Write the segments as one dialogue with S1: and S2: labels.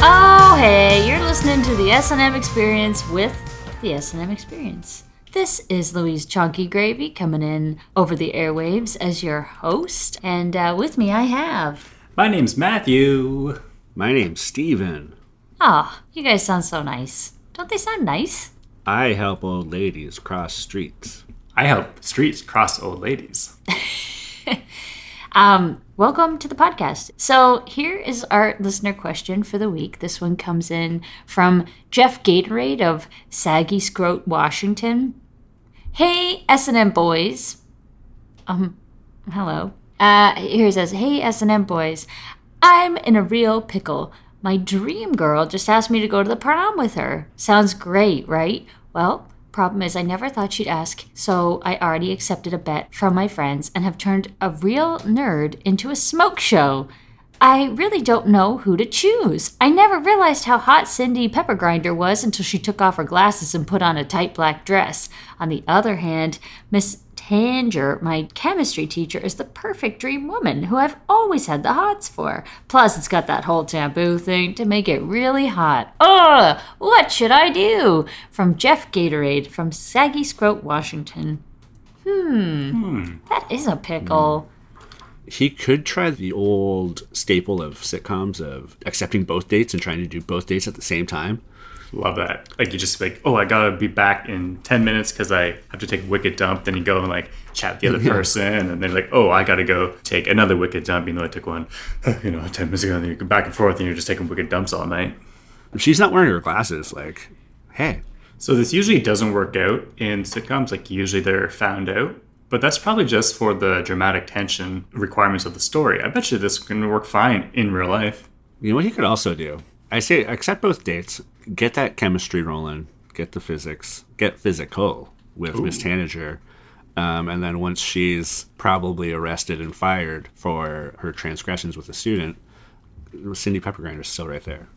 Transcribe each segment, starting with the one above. S1: Oh, to the S&M Experience with the S&M Experience. This is Louise Chunky Gravy coming in over the airwaves as your host, and uh, with me I have.
S2: My name's Matthew.
S3: My name's Steven.
S1: Ah, you guys sound so nice. Don't they sound nice?
S3: I help old ladies cross streets.
S2: I help streets cross old ladies.
S1: Um, welcome to the podcast. So here is our listener question for the week. This one comes in from Jeff Gatorade of Saggy Scroat, Washington. Hey S&M boys. Um, hello. Uh, here he says, "Hey S&M boys, I'm in a real pickle. My dream girl just asked me to go to the prom with her. Sounds great, right? Well, problem is I never thought she'd ask, so I already accepted a bet from my friends and have turned a real nerd into a smoke show. I really don't know who to choose. I never realized how hot Cindy Peppergrinder was until she took off her glasses and put on a tight black dress. On the other hand, Miss Tanger, my chemistry teacher, is the perfect dream woman who I've always had the hots for. Plus, it's got that whole taboo thing to make it really hot. Ugh, what should I do? From Jeff Gatorade from Saggy Scroat, Washington. Hmm. That is a pickle.
S3: He could try the old staple of sitcoms of accepting both dates and trying to do both dates at the same time.
S2: Love that. Like you just be like, oh, I gotta be back in ten minutes because I have to take a wicked dump. Then you go and like chat the other person, and they're like, oh, I gotta go take another wicked dump. You know, I took one, you know, ten minutes ago. And then you go back and forth, and you're just taking wicked dumps all night.
S3: If she's not wearing her glasses, like, hey,
S2: So this usually doesn't work out in sitcoms. Like usually they're found out, but that's probably just for the dramatic tension requirements of the story. I bet you this can work fine in real life.
S3: you know what he could also do? I say accept both dates, get that chemistry rolling, get the physics, get physical with Miss Tanager. Um, and then once she's probably arrested and fired for her transgressions with a student, Cindy Peppergrinder's still right there.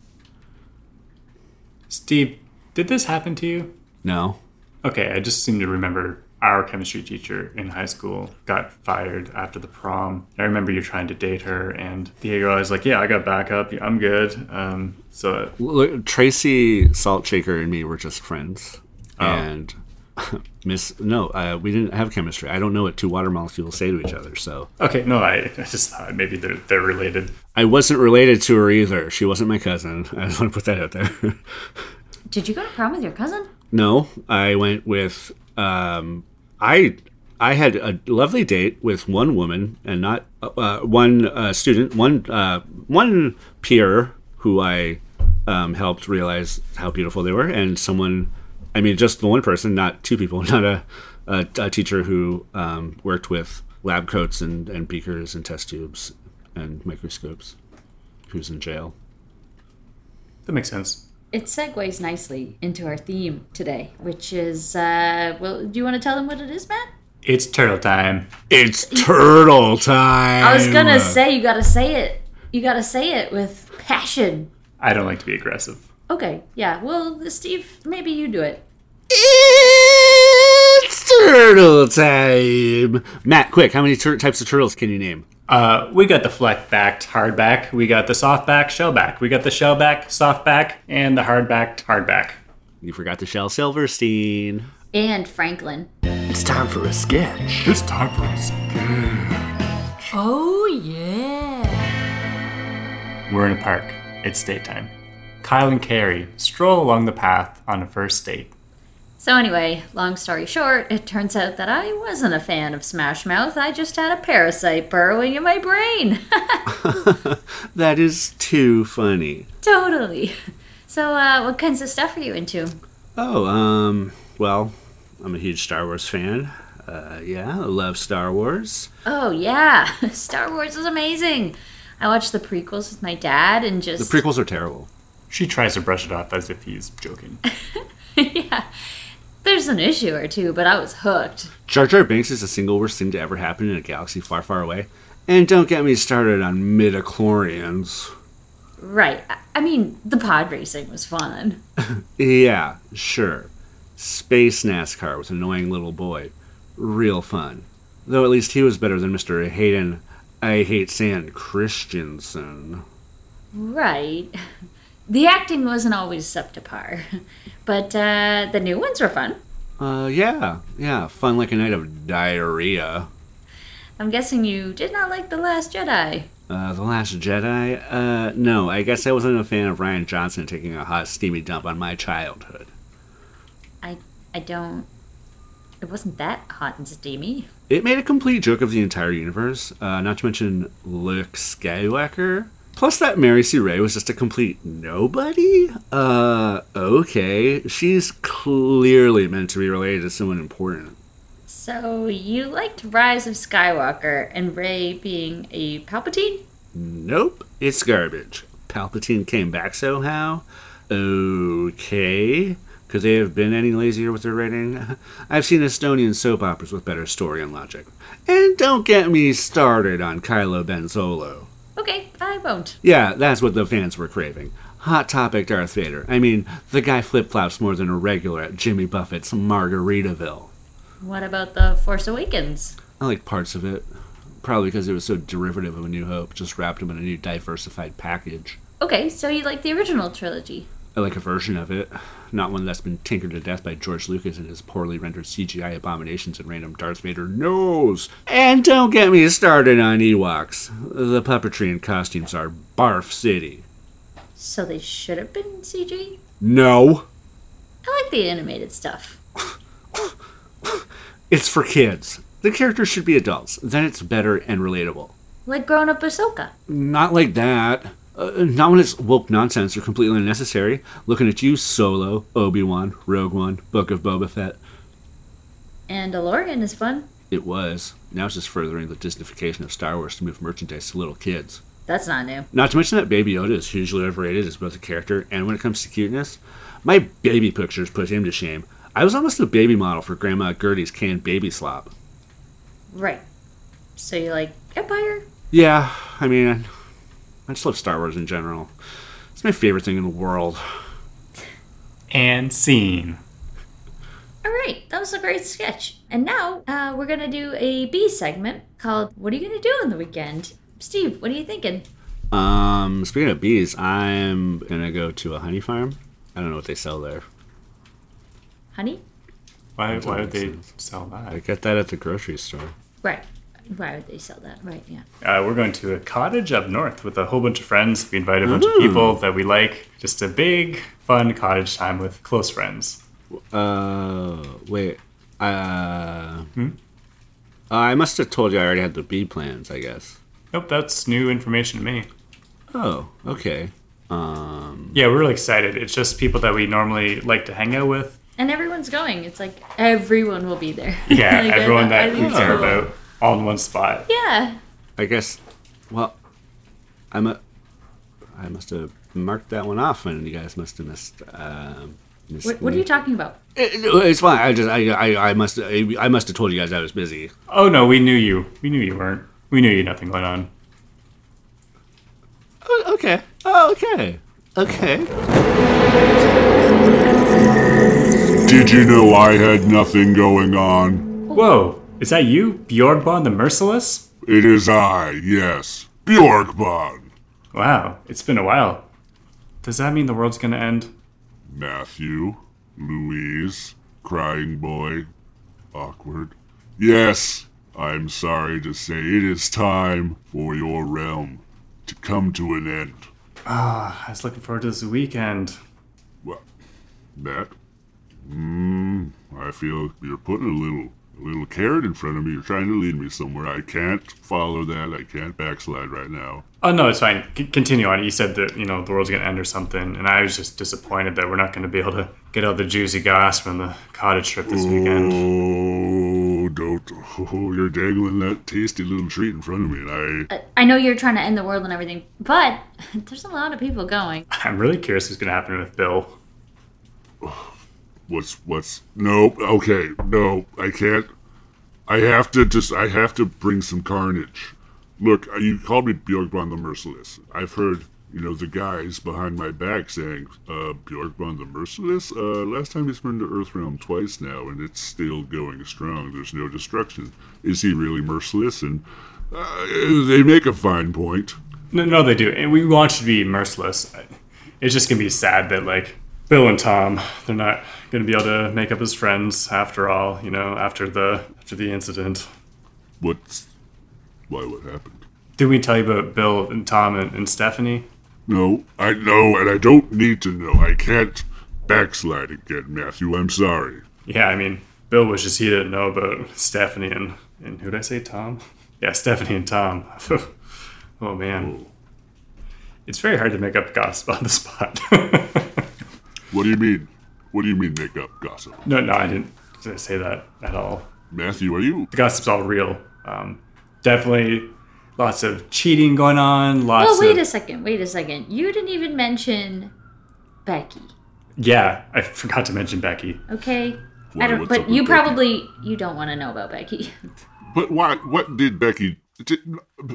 S2: Steve, did this happen to you?
S3: No,
S2: Okay, I just seem to remember our chemistry teacher in high school got fired after the prom. I remember you trying to date her, and the girl was like, "Yeah, I got backup. I'm good." Um, so
S3: Look, Tracy Salt Shaker and me were just friends, and Miss No, uh, we didn't have chemistry. I don't know what two water molecules say to each other, so
S2: uh, okay, no, I, I just thought maybe they're they're related.
S3: I wasn't related to her either. She wasn't my cousin. I just want to put that out there.
S1: Did you go to prom with your cousin?
S3: no, I went with um, I. I had a lovely date with one woman and not uh, one uh, student, one uh, one peer who I um, helped realize how beautiful they were, and someone, I mean, just the one person, not two people, not a, a, a teacher who um, worked with lab coats and, and beakers and test tubes and microscopes, who's in jail.
S2: That makes sense.
S1: It segues nicely into our theme today, which is uh, well, do you want to tell them what it is, Matt?
S2: It's turtle time.
S3: It's turtle time.
S1: I was gonna
S3: uh,
S1: say you gotta say it. You gotta say it with passion.
S2: I don't like to be aggressive.
S1: Okay, yeah. Well, Steve, maybe you do it.
S3: It's turtle time. Matt, quick, how many tur- types of turtles can you name?
S2: Uh, we got the flat backed hardback. We got the soft back shellback. We got the shellback softback and the hardbacked hardback.
S3: You forgot the Shell Silverstein.
S1: And Franklin.
S4: It's time for a sketch.
S2: It's time for us.
S1: Oh yeah.
S2: We're in a park. It's daytime. Kyle and Carrie stroll along the path on a first date.
S1: So anyway, long story short, it turns out that I wasn't a fan of Smash Mouth. I just had a parasite burrowing in my brain.
S3: That is too funny.
S1: totally. So, uh, what kinds of stuff are you into?
S3: Oh, um, well, I'm a huge Star Wars fan. Uh, yeah, I love Star Wars.
S1: Oh yeah, Star Wars is amazing. I watched the prequels with my dad and
S3: The
S1: just
S3: prequels are terrible.
S2: She tries to brush it off as if he's joking.
S1: yeah. There's an issue or two, but I was hooked.
S3: Jar Jar Binks is the single worst thing to ever happen in a galaxy far, far away. And don't get me started on midichlorians.
S1: Right. I- I mean, the pod racing was fun.
S3: Yeah, sure. Space NASCAR with annoying little boy. Real fun. Though at least he was better than Mr. Hayden I Hate Sand Christensen.
S1: Right. The acting wasn't always up to par, but uh, the new ones were fun.
S3: Uh, yeah, yeah, fun like a night of diarrhea.
S1: I'm guessing you did not like The Last Jedi.
S3: Uh, the Last Jedi. Uh, no, I guess I wasn't a fan of Ryan Johnson taking a hot steamy dump on my childhood.
S1: I I don't. It wasn't that hot and steamy.
S3: It made a complete joke of the entire universe, uh, not to mention Luke Skywalker. Plus, that Mary Sue Ray was just a complete nobody? Uh, okay. She's clearly meant to be related to someone important.
S1: So you liked Rise of Skywalker and Rey being a Palpatine?
S3: Nope, it's garbage. Palpatine came back somehow? Okay. Could they have been any lazier with their writing? I've seen Estonian soap operas with better story and logic. And don't get me started on Kylo Ben Solo.
S1: Okay, I won't.
S3: Yeah, that's what the fans were craving. Hot topic Darth Vader. I mean, the guy flip flops more than a regular at Jimmy Buffett's Margaritaville.
S1: What about The Force Awakens?
S3: I like parts of it. Probably because it was so derivative of A New Hope, just wrapped up in a new diversified package.
S1: Okay, so you like the original trilogy.
S3: I like a version of it, not one that's been tinkered to death by George Lucas and his poorly rendered CGI abominations and random Darth Vader nose. And don't get me started on Ewoks. The puppetry and costumes are barf city.
S1: So they should have been CG?
S3: No,
S1: I like the animated stuff.
S3: it's for kids. The characters should be adults. Then it's better and relatable.
S1: Like grown up Ahsoka.
S3: Not like that. Uh, not when it's woke nonsense or completely unnecessary. Looking at you, Solo, Obi Wan, Rogue One, Book of Boba Fett.
S1: And DeLorean is fun.
S3: It was. Now it's just furthering the Disneyfication of Star Wars to move merchandise to little kids.
S1: That's not new.
S3: Not to mention that Baby Yoda is hugely overrated as both a character and when it comes to cuteness. My baby pictures put him to shame. I was almost the baby model for Grandma Gertie's canned baby slop.
S1: Right. So you like Empire?
S3: Yeah, I mean, I just love Star Wars in general. It's my favorite thing in the world.
S2: And scene.
S1: All right, that was a great sketch. And now uh, we're gonna do a B segment called "What are you gonna do on the weekend?" Steve, what are you thinking?
S3: Um, speaking of bees, I'm gonna go to a honey farm. I don't know what they sell there.
S1: Honey?
S2: Why, why would they sell
S3: I
S2: that?
S3: get that at the grocery store.
S1: Right. Why would they sell that? Right. Yeah.
S2: Uh, we're going to a cottage up north with a whole bunch of friends. We invite a bunch of people that we like. Just a big, fun cottage time with close friends.
S3: Uh, wait. Uh, uh, I must have told you I already had the bee plans. I guess.
S2: Nope, that's new information to me.
S3: Oh, okay. Um,
S2: Yeah, we're really excited. It's just people that we normally like to hang out with.
S1: And everyone's going. It's like everyone will be there.
S2: Yeah,
S1: Like, I
S2: everyone
S1: thought- I
S2: that
S1: think
S2: we
S1: it's
S2: care
S1: cool.
S2: about all in one spot.
S1: Yeah.
S3: I guess. Well, I'm a. I must have marked that one off, and you guys must have missed. Um, missed
S1: What, what are you talking about?
S3: talking? It's fine. I just. I. I, I must. I, I must have told you guys I was busy.
S2: Oh no, we knew you. We knew you weren't. We knew you had nothing going on.
S3: Oh, okay. Oh, okay. Okay.
S5: Did you know I had nothing going on?
S2: Whoa, is that you, Bjorgbon the Merciless?
S5: It is I, yes, Bjorkbon.
S2: Wow, it's been a while. Does that mean the world's gonna end?
S5: Matthew, Louise, crying boy, awkward. Yes, I'm sorry to say it is time for your realm to come to an end.
S2: I was looking forward to this weekend.
S5: What? That? Mmm, I feel you're putting a little a little carrot in front of me. You're trying to lead me somewhere. I can't follow that. I can't backslide right now.
S2: Oh no, it's fine. C- continue on. You said that you know the world's gonna end or something, and I was just disappointed that we're not gonna be able to get all the juicy gossip from the cottage trip this weekend.
S5: Oh, don't. Oh, you're dangling that tasty little treat in front of me, and I.
S1: I know you're trying to end the world and everything, but there's a lot of people going.
S2: I'm really curious what's gonna happen with Bill.
S5: What's. What's. No, okay. No, I can't. I have to just. I have to bring some carnage. Look, uh, you called me Bjorkbon the Merciless. I've heard, you know, the guys behind my back saying, uh, Bjorkbon the Merciless? Uh, last time he's been to Earthrealm twice now, and it's still going strong. There's no destruction. Is he really merciless? And uh, they make a fine point.
S2: No, no, they do, and we want you to be merciless. it's just gonna be sad that like Bill and Tom, they're not gonna be able to make up as friends after all. You know, after the after the incident.
S5: What's why? What happened?
S2: Did we tell you about Bill and Tom and, and Stephanie?
S5: No, I know, and I don't need to know. I can't backslide again, Matthew. I'm sorry.
S2: Yeah, I mean, Bill wishes he didn't know about Stephanie and and who did I say, Tom? Yeah, Stephanie and Tom. oh man, it's very hard to make up gossip on the spot.
S5: What do you mean? What do you mean make up gossip?
S2: no, no, I didn't didn't say that at all.
S5: Matthew, are you
S2: The gossip's all real. Um, definitely, lots of cheating going on. Lots.
S1: Oh, wait
S2: of,
S1: a second. Wait a second. You didn't even mention Becky.
S2: yeah, I forgot to mention Becky.
S1: Okay.
S5: What-
S1: I don't.
S5: what's up
S1: But
S5: with
S1: you
S5: Becky?
S1: probably you don't want to know about Becky.
S5: But why? What did Becky? Did,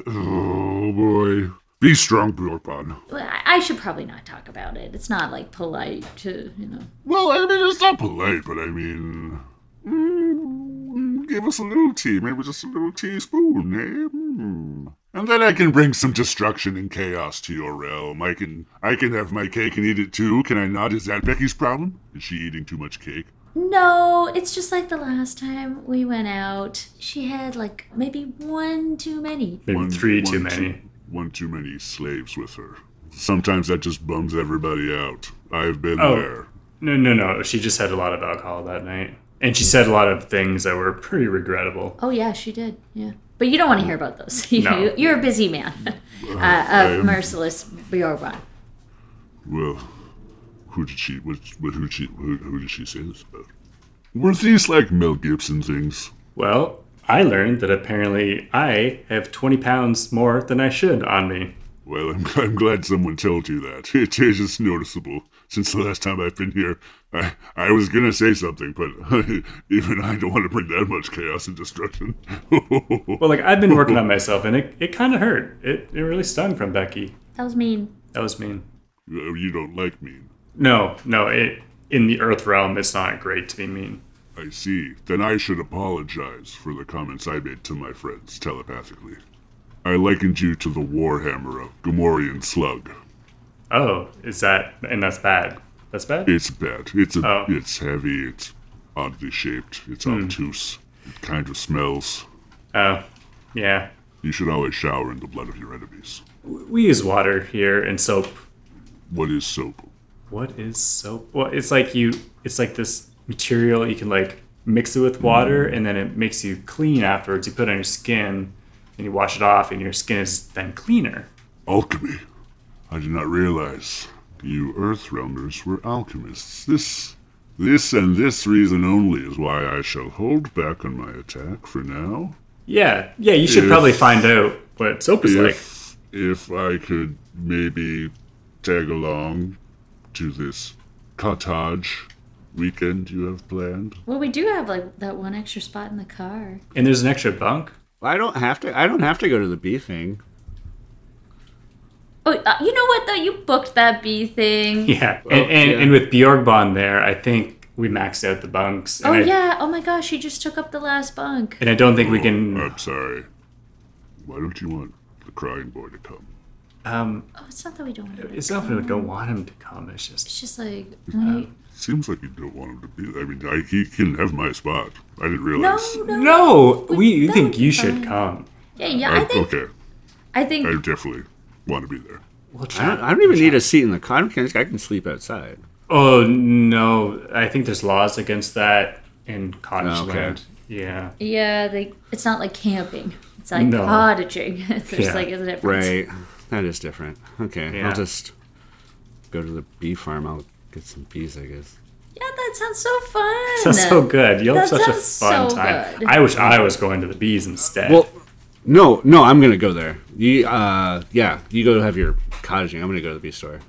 S5: oh boy! Be strong, Bjorkbon.
S1: Well, I I should probably not talk about it. It's not like polite to you know.
S5: Well, I mean it's not polite, but I mean, mm, give us a little tea, maybe just a little teaspoon, eh? Mm. And then I can bring some destruction and chaos to your realm. I can, I can have my cake and eat it too. Can I not? Is that Becky's problem? Is she eating too much cake?
S1: No, it's just like the last time we went out. She had like maybe one too many.
S2: Maybe three
S5: one
S2: too many.
S5: one too many slaves with her. Sometimes that just bums everybody out. I've been
S2: Oh.
S5: there.
S2: No, no, no. She just had a lot of alcohol that night, and she said a lot of things that were pretty regrettable.
S1: Oh yeah, she did. Yeah. But you don't want to hear about those.
S2: No.
S1: you, you're a busy man. Uh, uh,
S5: am.
S1: merciless Bjorban.
S5: Well, who did she? What, what, who, did she who, who did she say this about? Were these like Mel Gibson things?
S2: Well, I learned that apparently I have twenty pounds more than I should on me.
S5: Well, I'm, I'm glad someone told you that. It is just noticeable. Since the last time I've been here, I, I was gonna say something, but even I don't want to bring that much chaos and destruction.
S2: Well, like I've been working on myself, and it, it kind of hurt. It it really stung from Becky.
S1: That was mean.
S2: That was mean.
S5: Oh, you don't like mean.
S2: No, no. It in the Earth realm, it's not great to be mean.
S5: I see. Then I should apologize for the comments I made to my friends telepathically. I likened you to the Warhammer of Gamorrean Slug.
S2: Oh, is that and that's bad. That's bad.
S5: It's bad. It's a,
S2: Oh.
S5: it's heavy. It's oddly shaped. It's obtuse. It kind of smells.
S2: Oh, yeah.
S5: You should always shower in the blood of your enemies.
S2: We use water here and soap.
S5: What is soap?
S2: What is soap? Well, it's like you. It's like this material you can like mix it with water, and then it makes you clean afterwards. You put it on your skin, and you wash it off, and your skin is then cleaner.
S5: Alchemy. I did not realize you Earthrealmers were alchemists. This, this, and this reason only is why I shall hold back on my attack for now.
S2: Yeah, yeah. You should probably
S5: Yes.
S2: find out what soap is like.
S5: If, if I could maybe tag along to this cottage weekend you have planned.
S1: Well, we do have like that one extra spot in the car.
S2: And there's an extra bunk.
S3: Well, I don't have to. I don't have to go to the bee thing.
S1: Oh, uh, you know what though? You booked that bee thing.
S2: Yeah, and and,
S3: yeah.
S2: and with Bjorgbon there, I think we maxed out the bunks. And
S1: Oh
S2: I,
S1: yeah. Oh my gosh, you just took up the last bunk.
S2: And I don't think we can.
S5: Oh, I'm sorry. Why don't you want the crying boy to come?
S2: Um,
S1: Oh, it's not that we don't. Want to.
S2: it's not that we don't want him to come. It's just
S1: It's just like when
S2: Uh,
S1: you-
S5: Seems like you don't want him to be. I mean, I, he can have my spot. I didn't
S1: no,
S5: realize.
S1: no.
S2: No, we you
S1: that would
S2: think
S1: be
S2: you should
S1: fine.
S2: come.
S1: Yeah, yeah.
S5: I,
S1: I think.
S5: okay,
S1: I think.
S5: I definitely want to be there.
S2: We'll
S3: I don't, I don't even need a seat in the car. I can, I can sleep outside.
S2: Oh no, I think there's laws against that in cottage
S3: Oh, okay.
S2: land. Yeah.
S1: Yeah, they. It's not like camping. It's like
S2: No.
S1: cottaging. It's just
S2: Yeah,
S1: like isn't it?
S3: Right. That is different. Okay.
S2: Yeah.
S3: I'll just go to the bee farm. I'll get some bees, I guess.
S1: Yeah, that sounds so fun.
S2: That's so good. You'll have
S1: That
S2: such a
S1: sounds
S2: fun
S1: so
S2: time.
S1: good.
S2: I wish I was going to the bees instead.
S3: Well, no, no, I'm gonna go there. You, uh, yeah, you go have your cottaging. I'm gonna go to the bee store.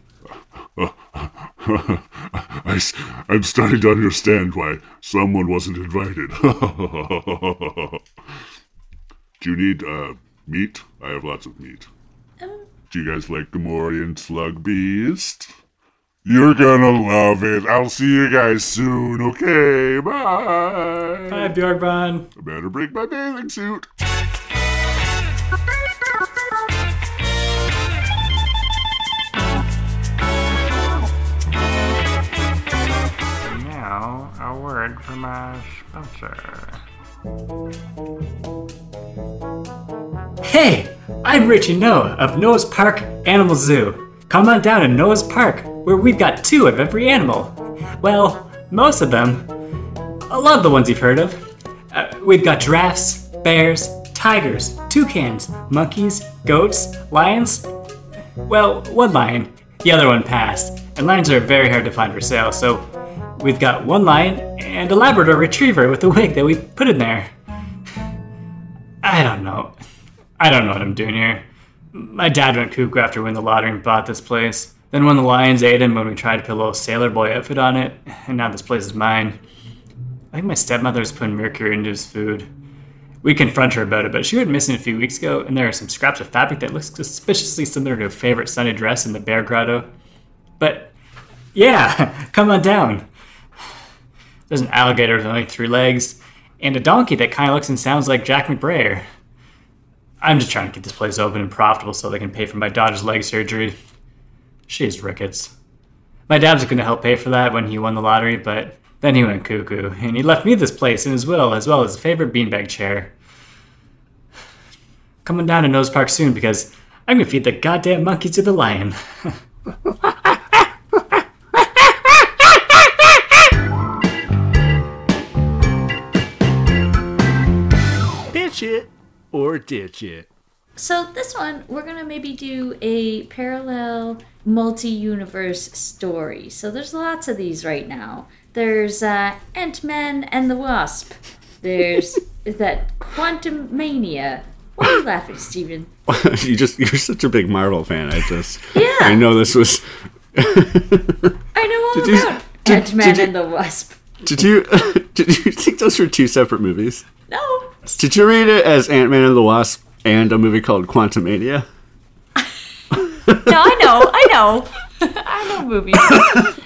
S5: I, am starting to understand why someone wasn't invited. Do you need uh, meat? I have lots of meat.
S1: Um,
S5: Do you guys like Gamorrean Slug Beast? You're gonna love it. I'll see you guys soon. Okay, bye.
S2: Hi Bjorgbon.
S5: I better bring my bathing suit.
S6: a word from our sponsor.
S2: Hey, I'm Richie Noah of Noah's Park Animal Zoo. Come on down to Noah's Park, where we've got two of every animal. Well, most of them. A lot of the ones you've heard of. Uh, we've got giraffes, bears, tigers, toucans, monkeys, goats, lions. Well, one lion. The other one passed, and lions are very hard to find for sale, so we've got one lion and a Labrador retriever with a wig that we put in there. I don't know. I don't know what I'm doing here. My dad went cuckoo after winning the lottery and bought this place. Then when the lions ate him when we tried to put a little sailor boy outfit on it, and now this place is mine. I think my stepmother's putting mercury into his food. We confront her about it, but she went missing a few weeks ago, and there are some scraps of fabric that look suspiciously similar to a favorite Sunday dress in the bear grotto. But yeah, come on down. There's an alligator with only three legs, and a donkey that kind of looks and sounds like Jack McBrayer. I'm just trying to get this place open and profitable so they can pay for my daughter's leg surgery. She has rickets. My dad was going to help pay for that when he won the lottery, but then he went cuckoo, and he left me this place in his will, as well as a favorite beanbag chair. Coming down to Nose Park soon because I'm going to feed the goddamn monkey to the lion.
S3: Pitch it or ditch it.
S1: So this one, we're gonna maybe do a parallel multi-universe story. So there's lots of these right now. There's uh, Ant-Man and the Wasp. There's that Quantum Mania. Why are you laughing, Steven?
S3: you just you're such a big Marvel fan. I just
S1: Yeah.
S3: I know this was.
S1: I know all
S3: Did you-
S1: about
S3: did-
S1: Ant-Man
S3: did you-
S1: and the Wasp.
S3: Did you did you think those were two separate movies?
S1: No,
S3: Did you read it as Ant Man and the Wasp and a movie called Quantum Mania?
S1: no, I know, I know, I know movies.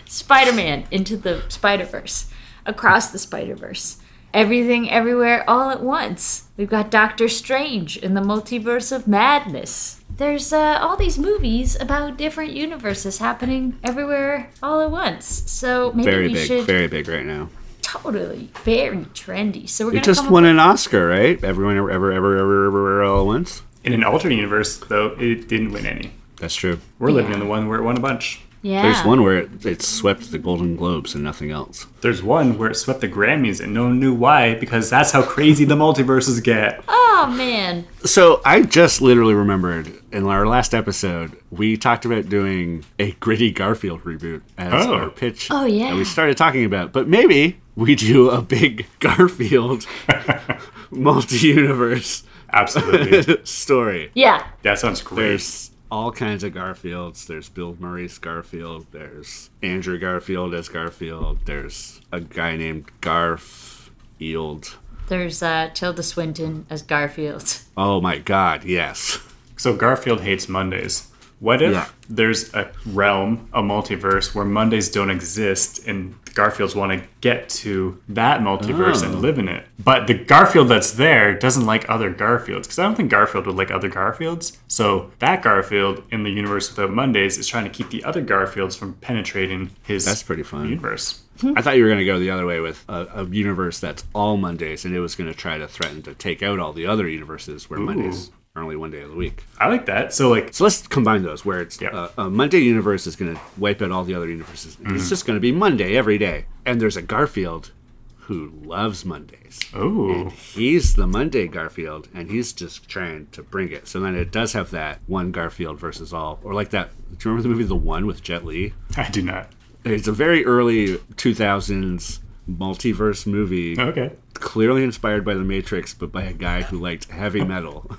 S1: Spider-Man into the Spider-Verse, across the Spider-Verse, everything, everywhere, all at once. We've got Doctor Strange in the Multiverse of Madness. There's uh, all these movies about different universes happening everywhere, all at once. So maybe
S3: Very
S1: we
S3: big,
S1: should
S3: very big right now.
S1: totally very trendy. So we're
S3: It
S1: gonna
S3: just
S1: come
S3: won
S1: up
S3: an Oscar, right? Everyone, ever, ever, ever, ever, ever, all at once.
S2: In an alternate universe, though, it didn't win any.
S3: That's true.
S2: We're living in the one where it won a bunch.
S1: with- yeah.
S3: There's one where it, it swept the Golden Globes and nothing else.
S2: There's one where it swept the Grammys and no one knew why because that's how crazy the multiverses get.
S1: Oh man,
S3: So I just literally remembered in our last episode we talked about doing a gritty Garfield reboot as
S2: Oh.
S3: our pitch.
S1: Oh, yeah.
S3: that we started talking about, but maybe we do a big Garfield multi-universe
S2: Absolutely.
S3: story.
S1: yeah.
S2: that sounds great.
S3: There's all kinds of Garfields. There's Bill Murray's Garfield. There's Andrew Garfield as Garfield. There's a guy named Garf Yield.
S1: There's uh, Tilda Swinton as Garfield.
S3: Oh my God! Yes.
S2: So Garfield hates Mondays. What if
S3: Yeah.
S2: there's a realm, a multiverse where Mondays don't exist and the Garfields want to get to that multiverse
S3: Oh.
S2: and live in it. But the Garfield that's there doesn't like other Garfields because I don't think Garfield would like other Garfields. So that Garfield in the universe without Mondays is trying to keep the other Garfields from penetrating his
S3: That's pretty fun.
S2: universe.
S3: I thought you were going to go the other way with a, a universe that's all Mondays, and it was going to try to threaten to take out all the other universes where Mondays are only one day of the week.
S2: I like that. So like
S3: So let's combine those, where it's
S2: Yeah.
S3: uh, a Monday universe is going to wipe out all the other universes. and It's just going to be Monday every day, and there's a Garfield who loves Mondays.
S2: oh
S3: He's the Monday Garfield, and he's just trying to bring it. So then it does have that one Garfield versus all, or like that. Do you remember the movie The One with Jet Li?
S2: I do not.
S3: It's a very early 2000s multiverse movie
S2: Okay.
S3: clearly inspired by the Matrix, but by a guy who liked heavy metal.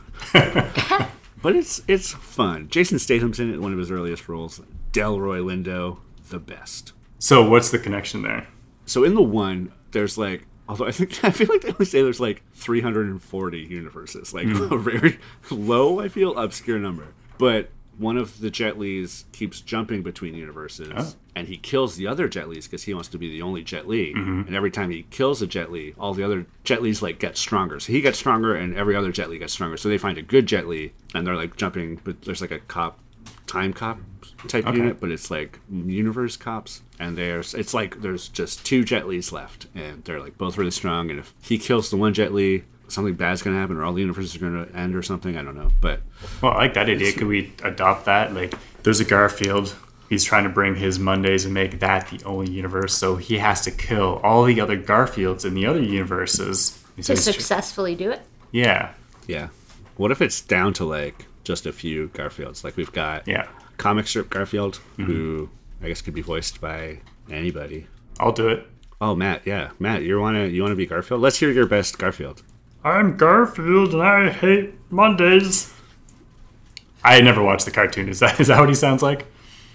S3: but it's it's fun. Jason Statham's in it, one of his earliest roles. Delroy Lindo, the best.
S2: So what's the connection there?
S3: So in the one, there's like, although I think I feel like they only say there's like 340 universes, like a very low, I feel obscure number. But one of the Jet Lees keeps jumping between universes, and he kills the other Jet Lees because he wants to be the only Jet Lee. And every time he kills a Jet Lee, all the other Jet Lees like get stronger. So he gets stronger, and every other Jet Lee gets stronger. So they find a good Jet Lee, and they're like jumping. But there's like a cop time cop type unit, but it's like universe cops, and there's it's like there's just two Jet Lees left, and they're like both really strong. And if he kills the one Jet Li, something bad's gonna happen, or all the universes are gonna end, or something. I don't know, but
S2: Well, I like that idea. Could we adopt that? Like, there's a Garfield. He's trying to bring his Mondays and make that the only universe. So he has to kill all the other Garfields in the other universes. He's
S1: to
S2: always tr-
S1: successfully do it.
S2: yeah,
S3: yeah, what if it's down to like just a few Garfields? Like we've got
S2: yeah. Mm-hmm.
S3: comic strip Garfield, who I guess could be voiced by anybody.
S2: I'll do it.
S3: Oh, Matt, yeah, Matt, you wanna you wanna be Garfield? Let's hear your best Garfield.
S2: I'm Garfield and I hate Mondays. I never watched the cartoon. Is that is that what he sounds like?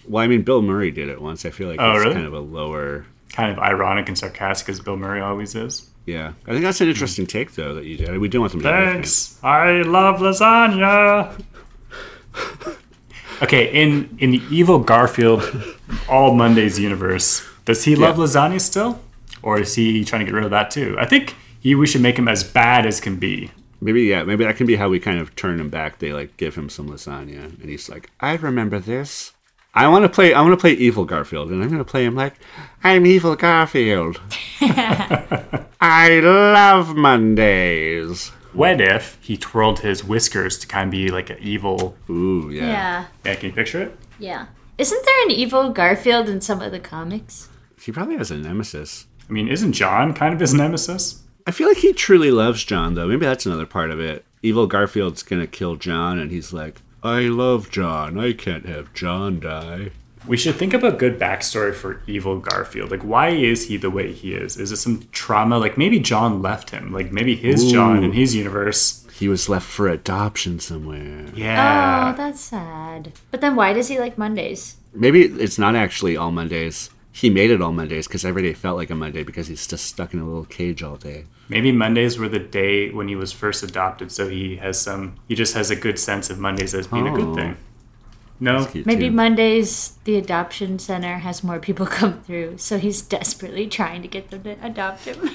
S3: Well, I mean, Bill Murray did it once. I feel like
S2: Oh,
S3: it's
S2: really?
S3: kind of a lower.
S2: Kind of ironic and sarcastic as Bill Murray always is.
S3: Yeah, I think that's an interesting take though that you did. We do want them to. be different.
S2: Thanks. I love lasagna. okay, in in the evil Garfield all Mondays universe, does he love
S3: Yeah.
S2: lasagna still? Or is he trying to get rid of that too? I think he, we should make him as bad as can be.
S3: Maybe yeah, maybe that can be how we kind of turn him back. They like give him some lasagna, and he's like, "I remember this. I want to play. I want to play evil Garfield, and I'm going to play him like I'm evil Garfield. I love Mondays.
S2: What if he twirled his whiskers to kind of be like an evil?
S3: Ooh yeah.
S1: Yeah,
S2: Yeah, can you picture it?
S1: yeah. Isn't there an evil Garfield in some of the comics?
S3: He probably has a nemesis.
S2: I mean, isn't John kind of his nemesis?
S3: I feel like he truly loves John, though. Maybe that's another part of it. Evil Garfield's gonna kill John, and he's like, "I love John. I can't have John die."
S2: We should think of a good backstory for evil Garfield. Like, why is he the way he is? Is it some trauma? Like, maybe John left him. Like, maybe his John in his universe.
S3: He was left for adoption somewhere.
S2: Yeah.
S3: Uh,
S1: Oh, that's sad. But then why does he like Mondays?
S3: Maybe it's not actually all Mondays. He made it all Mondays because every day felt like a Monday because he's just stuck in a little cage all day.
S2: Maybe Mondays were the day when he was first adopted, so he has some. He just has a good sense of Mondays as being a
S3: Oh.
S2: good thing. No,
S3: Cute,
S1: Maybe
S3: too.
S1: Mondays, the adoption center has more people come through, so he's desperately trying to get them to adopt him.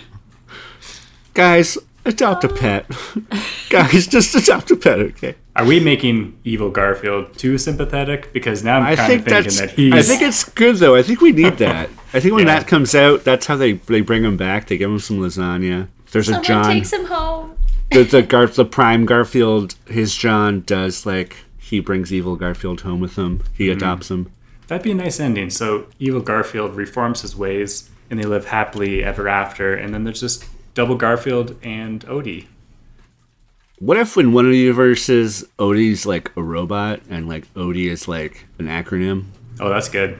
S3: guys adopt a pet. guys, just adopt a pet, okay?
S2: are we making evil Garfield too sympathetic? Because now I'm
S3: I
S2: kind
S3: think
S2: of thinking
S3: that's.
S2: that he's.
S3: I think it's good though. I think we need that. I think when
S2: Yeah.
S3: that comes out, that's how they they bring him back. They give him some lasagna. There's a
S1: Someone
S3: John.
S1: takes him home.
S3: the the, Gar- the prime Garfield. His John does like he brings evil Garfield home with him. He
S2: Mm-hmm.
S3: adopts him.
S2: That'd be a nice ending. So evil Garfield reforms his ways, and they live happily ever after. And then there's just double Garfield and Odie.
S3: What if in one of the universes Odie's like a robot and like Odie is like an acronym?
S2: Oh, that's good.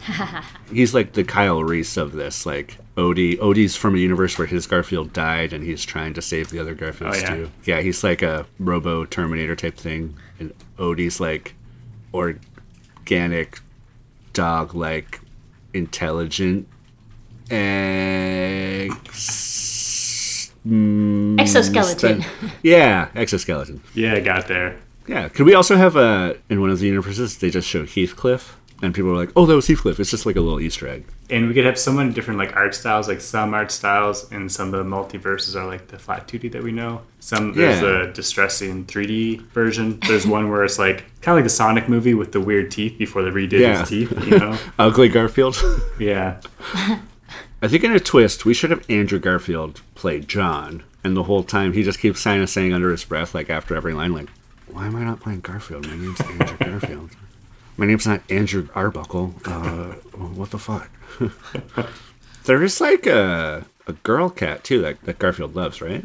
S3: He's like the Kyle Reese of this. Like Odie, Odie's from a universe where his Garfield died and he's trying to save the other Garfields
S2: Oh, yeah.
S3: too. Yeah, he's like a Robo Terminator type thing, and Odie's like organic dog like intelligent ex- Mm,
S1: Exoskeleton.
S3: yeah exoskeleton
S2: Yeah, I got there.
S3: Yeah. Could we also have a in one of the universes they just show Heathcliff and people are like, "Oh, that was Heathcliff." It's just like a little Easter egg.
S2: And we could have so many different like art styles. Like some art styles and some of the multiverses are like the flat 2D that we know. Some there's
S3: Yeah.
S2: a distressing 3D version. There's one where it's like kind of like the Sonic movie with the weird teeth before they redid
S3: Yeah.
S2: his teeth. You know?
S3: Ugly Garfield.
S2: yeah.
S3: I think in a twist, we should have Andrew Garfield play John, and the whole time he just keeps kind of saying under his breath, like after every line, like, "Why am I not playing Garfield? My name's Andrew Garfield. My name's not Andrew Arbuckle. Uh, what the fuck?" there is like a a girl cat too that, that Garfield loves, right?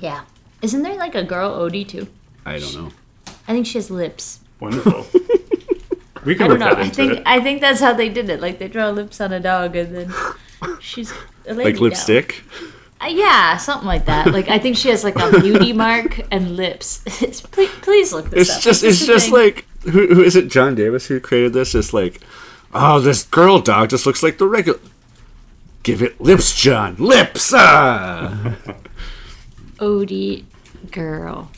S1: yeah. Isn't there like a girl Odie too?
S3: I don't know.
S1: I think she has lips.
S2: Wonderful. we
S1: I
S2: could
S1: don't
S2: work
S1: know.
S2: that
S1: I
S2: into
S1: think
S2: it.
S1: I think that's how they did it. Like they draw lips on a dog, and then she's a lady
S3: Like
S1: now.
S3: lipstick.
S1: Uh, yeah, something like that. Like I think she has like a beauty mark and lips. It's- please, please look this
S3: it's
S1: up.
S3: just
S1: This
S3: it's
S1: is a
S3: just
S1: thing.
S3: like who, who is it john davis who created this it's like oh this girl dog just looks like the regular give it lips john lips ah!
S1: Odie girl.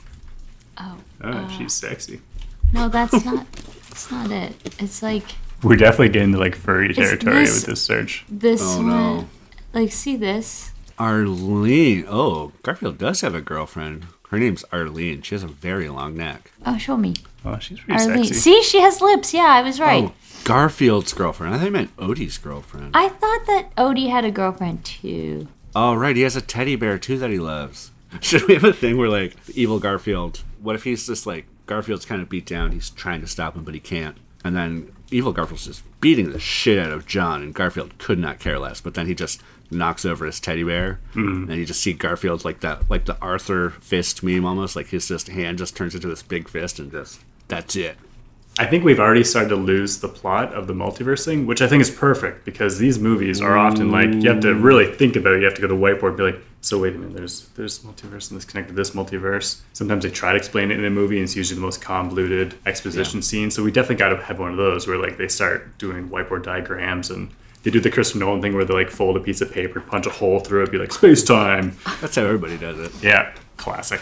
S1: uh,
S2: Oh, she's sexy.
S1: No, that's not. That's not it. It's like
S2: We're definitely getting to like furry territory
S1: this-
S2: with this search.
S1: this
S3: Oh,
S1: one.
S3: no.
S1: Like see this.
S3: arlene oh garfield does have a girlfriend Her name's Arlene. She has a very long neck.
S1: Oh, show me.
S2: Oh, she's pretty
S1: Arlene.
S2: sexy.
S1: See, she has lips. Yeah, I was right.
S3: Oh, Garfield's girlfriend. I thought you meant Odie's girlfriend.
S1: I thought that Odie had a girlfriend too.
S3: Oh, right. He has a teddy bear too that he loves. Should we have a thing where like evil Garfield? What if he's just like Garfield's kind of beat down? He's trying to stop him, but he can't. And then evil Garfield's just beating the shit out of John, and Garfield could not care less. But then he just knocks over his teddy bear, and you just see Garfield like that, like the Arthur fist meme almost. Like his just hand just turns into this big fist, and just that's it.
S2: I think we've already started to lose the plot of the multiverse thing, which I think is perfect because these movies are often like you have to really think about it. You have to go to the whiteboard and be like, so wait a minute, there's there's multiverse and this connected to this multiverse. Sometimes they try to explain it in a movie and it's usually the most convoluted exposition scene. So we definitely gotta have one of those where like they start doing whiteboard diagrams and they do the Christopher Nolan thing where they like fold a piece of paper, punch a hole through it, be like space time.
S3: That's how everybody does it.
S2: Yeah, classic.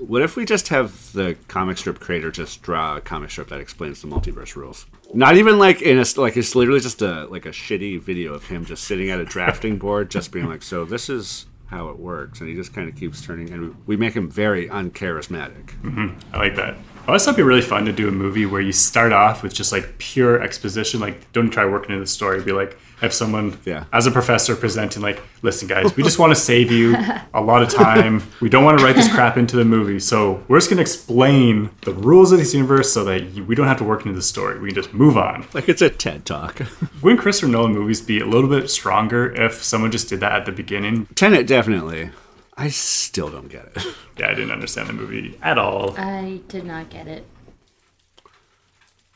S3: What if we just have the comic strip creator just draw a comic strip that explains the multiverse rules? Not even like in a like it's literally just a like a shitty video of him just sitting at a drafting board, just being like, "So this is how it works," and he just kind of keeps turning, and we make him very uncharismatic.
S2: I like that. I always thought it'd be really fun to do a movie where you start off with just like pure exposition. Like, don't try working in the story. Be like, have someone
S3: Yeah.
S2: as a professor presenting, like, listen, guys, we just want to save you a lot of time. We don't want to write this crap into the movie. So we're just going to explain the rules of this universe so that you, we don't have to work into the story. We can just move on.
S3: Like it's a TED talk.
S2: Wouldn't Christopher Nolan movies be a little bit stronger if someone just did that at the beginning?
S3: Tenet definitely. I still don't get it.
S2: Yeah, I didn't understand the movie at all.
S1: I did not get it.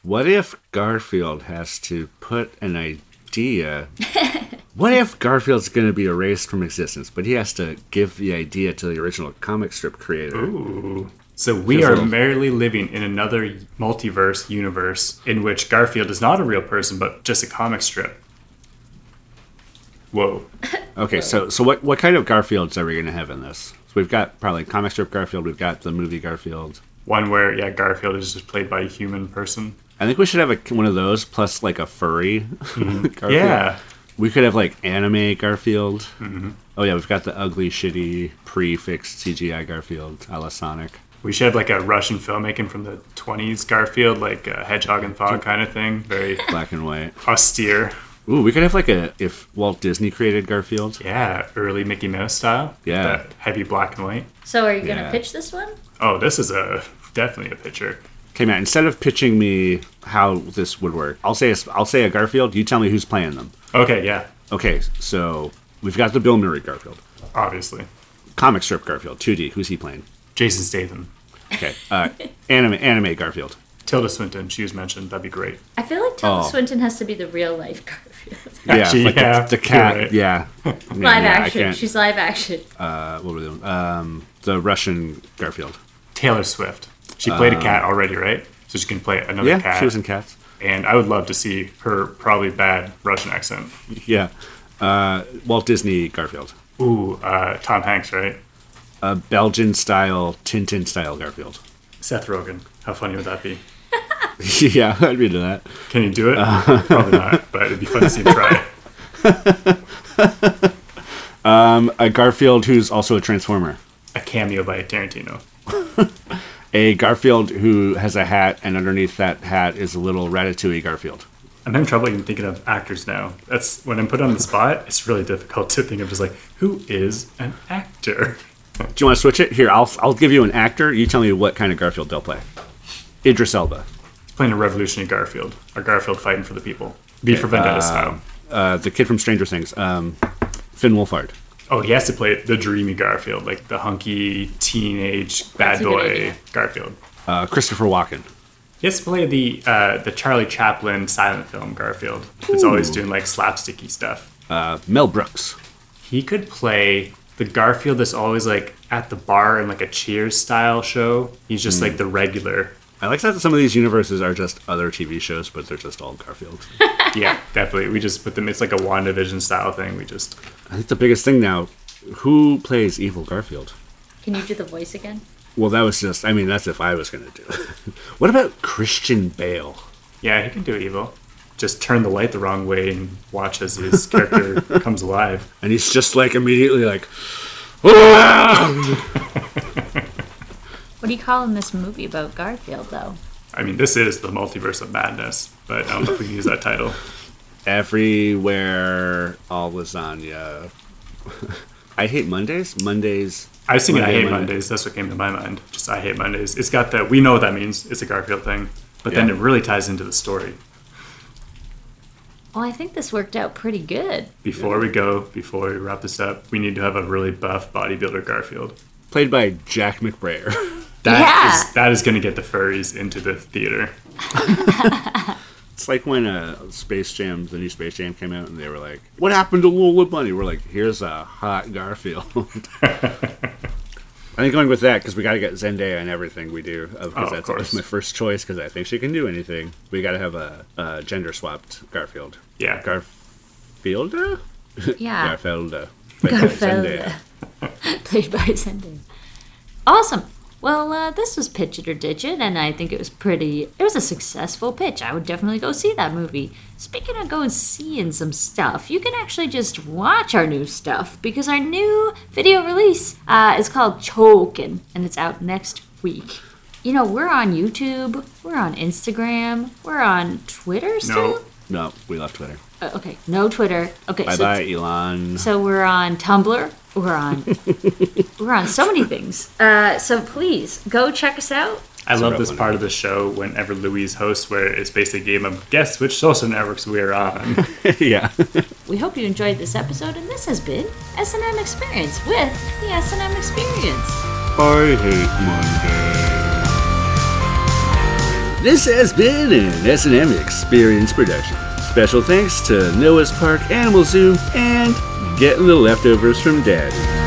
S3: What if Garfield has to put an idea? what if Garfield's going to be erased from existence, but he has to give the idea to the original comic strip creator?
S2: Ooh. So we are merely living in another multiverse universe in which Garfield is not a real person, but just a comic strip. Whoa.
S3: Okay, so so what what kind of Garfields are we going to have in this? So we've got probably comic strip Garfield. We've got the movie Garfield.
S2: One where, yeah, Garfield is just played by a human person.
S3: I think we should have a, one of those plus like a furry. Garfield.
S2: Yeah.
S3: we could have like anime Garfield. Oh yeah, we've got the ugly, shitty, prefixed CGI Garfield, a la Sonic.
S2: We should have like a Russian filmmaking from the 20s Garfield, like a hedgehog and fog kind of thing. Very
S3: black and white.
S2: austere.
S3: Ooh, we could have like a if Walt Disney created Garfield.
S2: Yeah, early Mickey Mouse style.
S3: Yeah.
S2: That heavy black and white.
S1: So are you gonna
S3: Yeah.
S1: pitch this one?
S2: Oh, this is a definitely a picture.
S3: Okay, Matt. Instead of pitching me how this would work, I'll say a, I'll say a Garfield. You tell me who's playing them.
S2: Okay, yeah,
S3: Okay, so we've got the Bill Murray Garfield,
S2: obviously.
S3: comic strip Garfield, 2D. Who's he playing?
S2: Jason Statham.
S3: Okay, uh, anime anime Garfield.
S2: Tilda Swinton, she was mentioned. That'd be great.
S1: I feel like Tilda
S3: Oh.
S1: Swinton has to be the real life Garfield.
S2: Actually,
S3: like the-
S2: yeah,
S3: the,
S2: you're
S3: cat.
S2: right.
S3: Yeah, live
S1: live action. She's live action.
S3: uh, what were they? doing? Um, the Russian Garfield.
S2: Taylor Swift. She played a cat already, right? So she can play another
S3: Uh, Yeah,
S2: cat.
S3: she was in Cats.
S2: and I would love to see her probably bad Russian accent.
S3: Yeah, uh, Walt Disney Garfield,
S2: Ooh, uh, Tom Hanks, right?
S3: a Belgian style Tintin style Garfield.
S2: Seth Rogen. How funny would that be?
S3: yeah, I'd be into that.
S2: Can you do it?
S3: Uh.
S2: probably not, but it'd be fun to see him try.
S3: A Garfield who's also a transformer.
S2: A cameo by Tarantino.
S3: A Garfield who has a hat, and underneath that hat is a little Ratatouille Garfield.
S2: I'm having trouble even thinking of actors now. That's when I'm put on the spot. It's really difficult to think of just like who is an actor.
S3: Do you want to switch it? Here, I'll I'll give you an actor. You tell me what kind of Garfield they'll play. Idris Elba,
S2: He's playing a revolutionary Garfield, a Garfield fighting for the people, Be for Vendetta style.
S3: uh, the kid from Stranger Things, um, Finn Wolfhard.
S2: Oh, he has to play the dreamy Garfield, like the hunky teenage bad
S1: That's a good
S2: boy
S1: idea.
S2: Garfield.
S3: Uh, Christopher Walken.
S2: He has to play the uh, the Charlie Chaplin silent film Garfield. That's always doing like slapsticky stuff.
S3: Uh, Mel Brooks.
S2: He could play the Garfield that's always like at the bar in like a Cheers style show. He's just
S1: Mm.
S2: like the regular.
S3: I like that some of these universes are just other TV shows, but they're just all Garfield.
S2: Yeah, definitely. We just put them. It's like a Wandavision style thing. We just
S3: I think the biggest thing now, who plays evil Garfield?
S1: Can you do the voice again?
S3: Well, that was just. I mean, that's if I was going to do it. what about Christian Bale?
S2: yeah, he can do evil. Just turn the light the wrong way and watch as his character comes alive.
S3: and he's just like immediately like "Ah!"
S1: What do you call in this movie about Garfield, though?
S2: I mean, this is the multiverse of madness, but I don't know if we can use that title.
S3: Everywhere, all lasagna. I hate Mondays. Mondays.
S2: I've seen it. I
S3: Monday,
S2: hate
S3: Monday.
S2: Mondays. That's what came to my mind. Just I hate Mondays. It's got that. We know what that means. It's a Garfield thing, but then
S3: Yeah.
S2: it really ties into the story.
S1: Well, I think this worked out pretty good.
S2: Before we go, before we wrap this up, we need to have a really buff bodybuilder Garfield.
S3: Played by Jack McBrayer.
S1: yeah.
S2: That is going to get the furries into the theater.
S3: It's like when uh, Space Jam, the new Space Jam came out, and they were like, "What happened to Lula Bunny?" We're like, "Here's a hot Garfield." I think going with that because we got to get Zendaya in everything we do. Of
S2: Oh, of
S3: course, that's
S2: course.
S3: my first choice because I think she can do anything. We got to have a, a gender swapped Garfield.
S2: Yeah.
S3: Garfielda.
S1: Yeah.
S3: Garfielda. uh,
S1: Garfielda. Played by Zendaya. Awesome. Well, uh, this was Pitch It or Ditch It, and I think it was pretty. It was a successful pitch. I would definitely go see that movie. Speaking of going seeing some stuff, you can actually just watch our new stuff because our new video release uh, is called Chokin, and it's out next week. You know, we're on YouTube, we're on Instagram, we're on Twitter still?
S3: No, we left Twitter.
S1: Uh, okay, no Twitter. Okay,
S3: Bye
S1: so
S3: bye, Elon.
S1: so we're on Tumblr. We're on we're on so many things. Uh, so please go check us out.
S2: I love
S3: rough
S2: this
S3: one.
S2: part of the show whenever Louise hosts, where it's basically a game of guess which social networks we are on.
S3: yeah.
S1: We hope you enjoyed this episode, and this has been S and M Experience with the S and M Experience.
S5: I hate Monday.
S3: This has been an S&M Experience production. Special thanks to Noah's Park Animal Zoo and Getting the Leftovers from Daddy.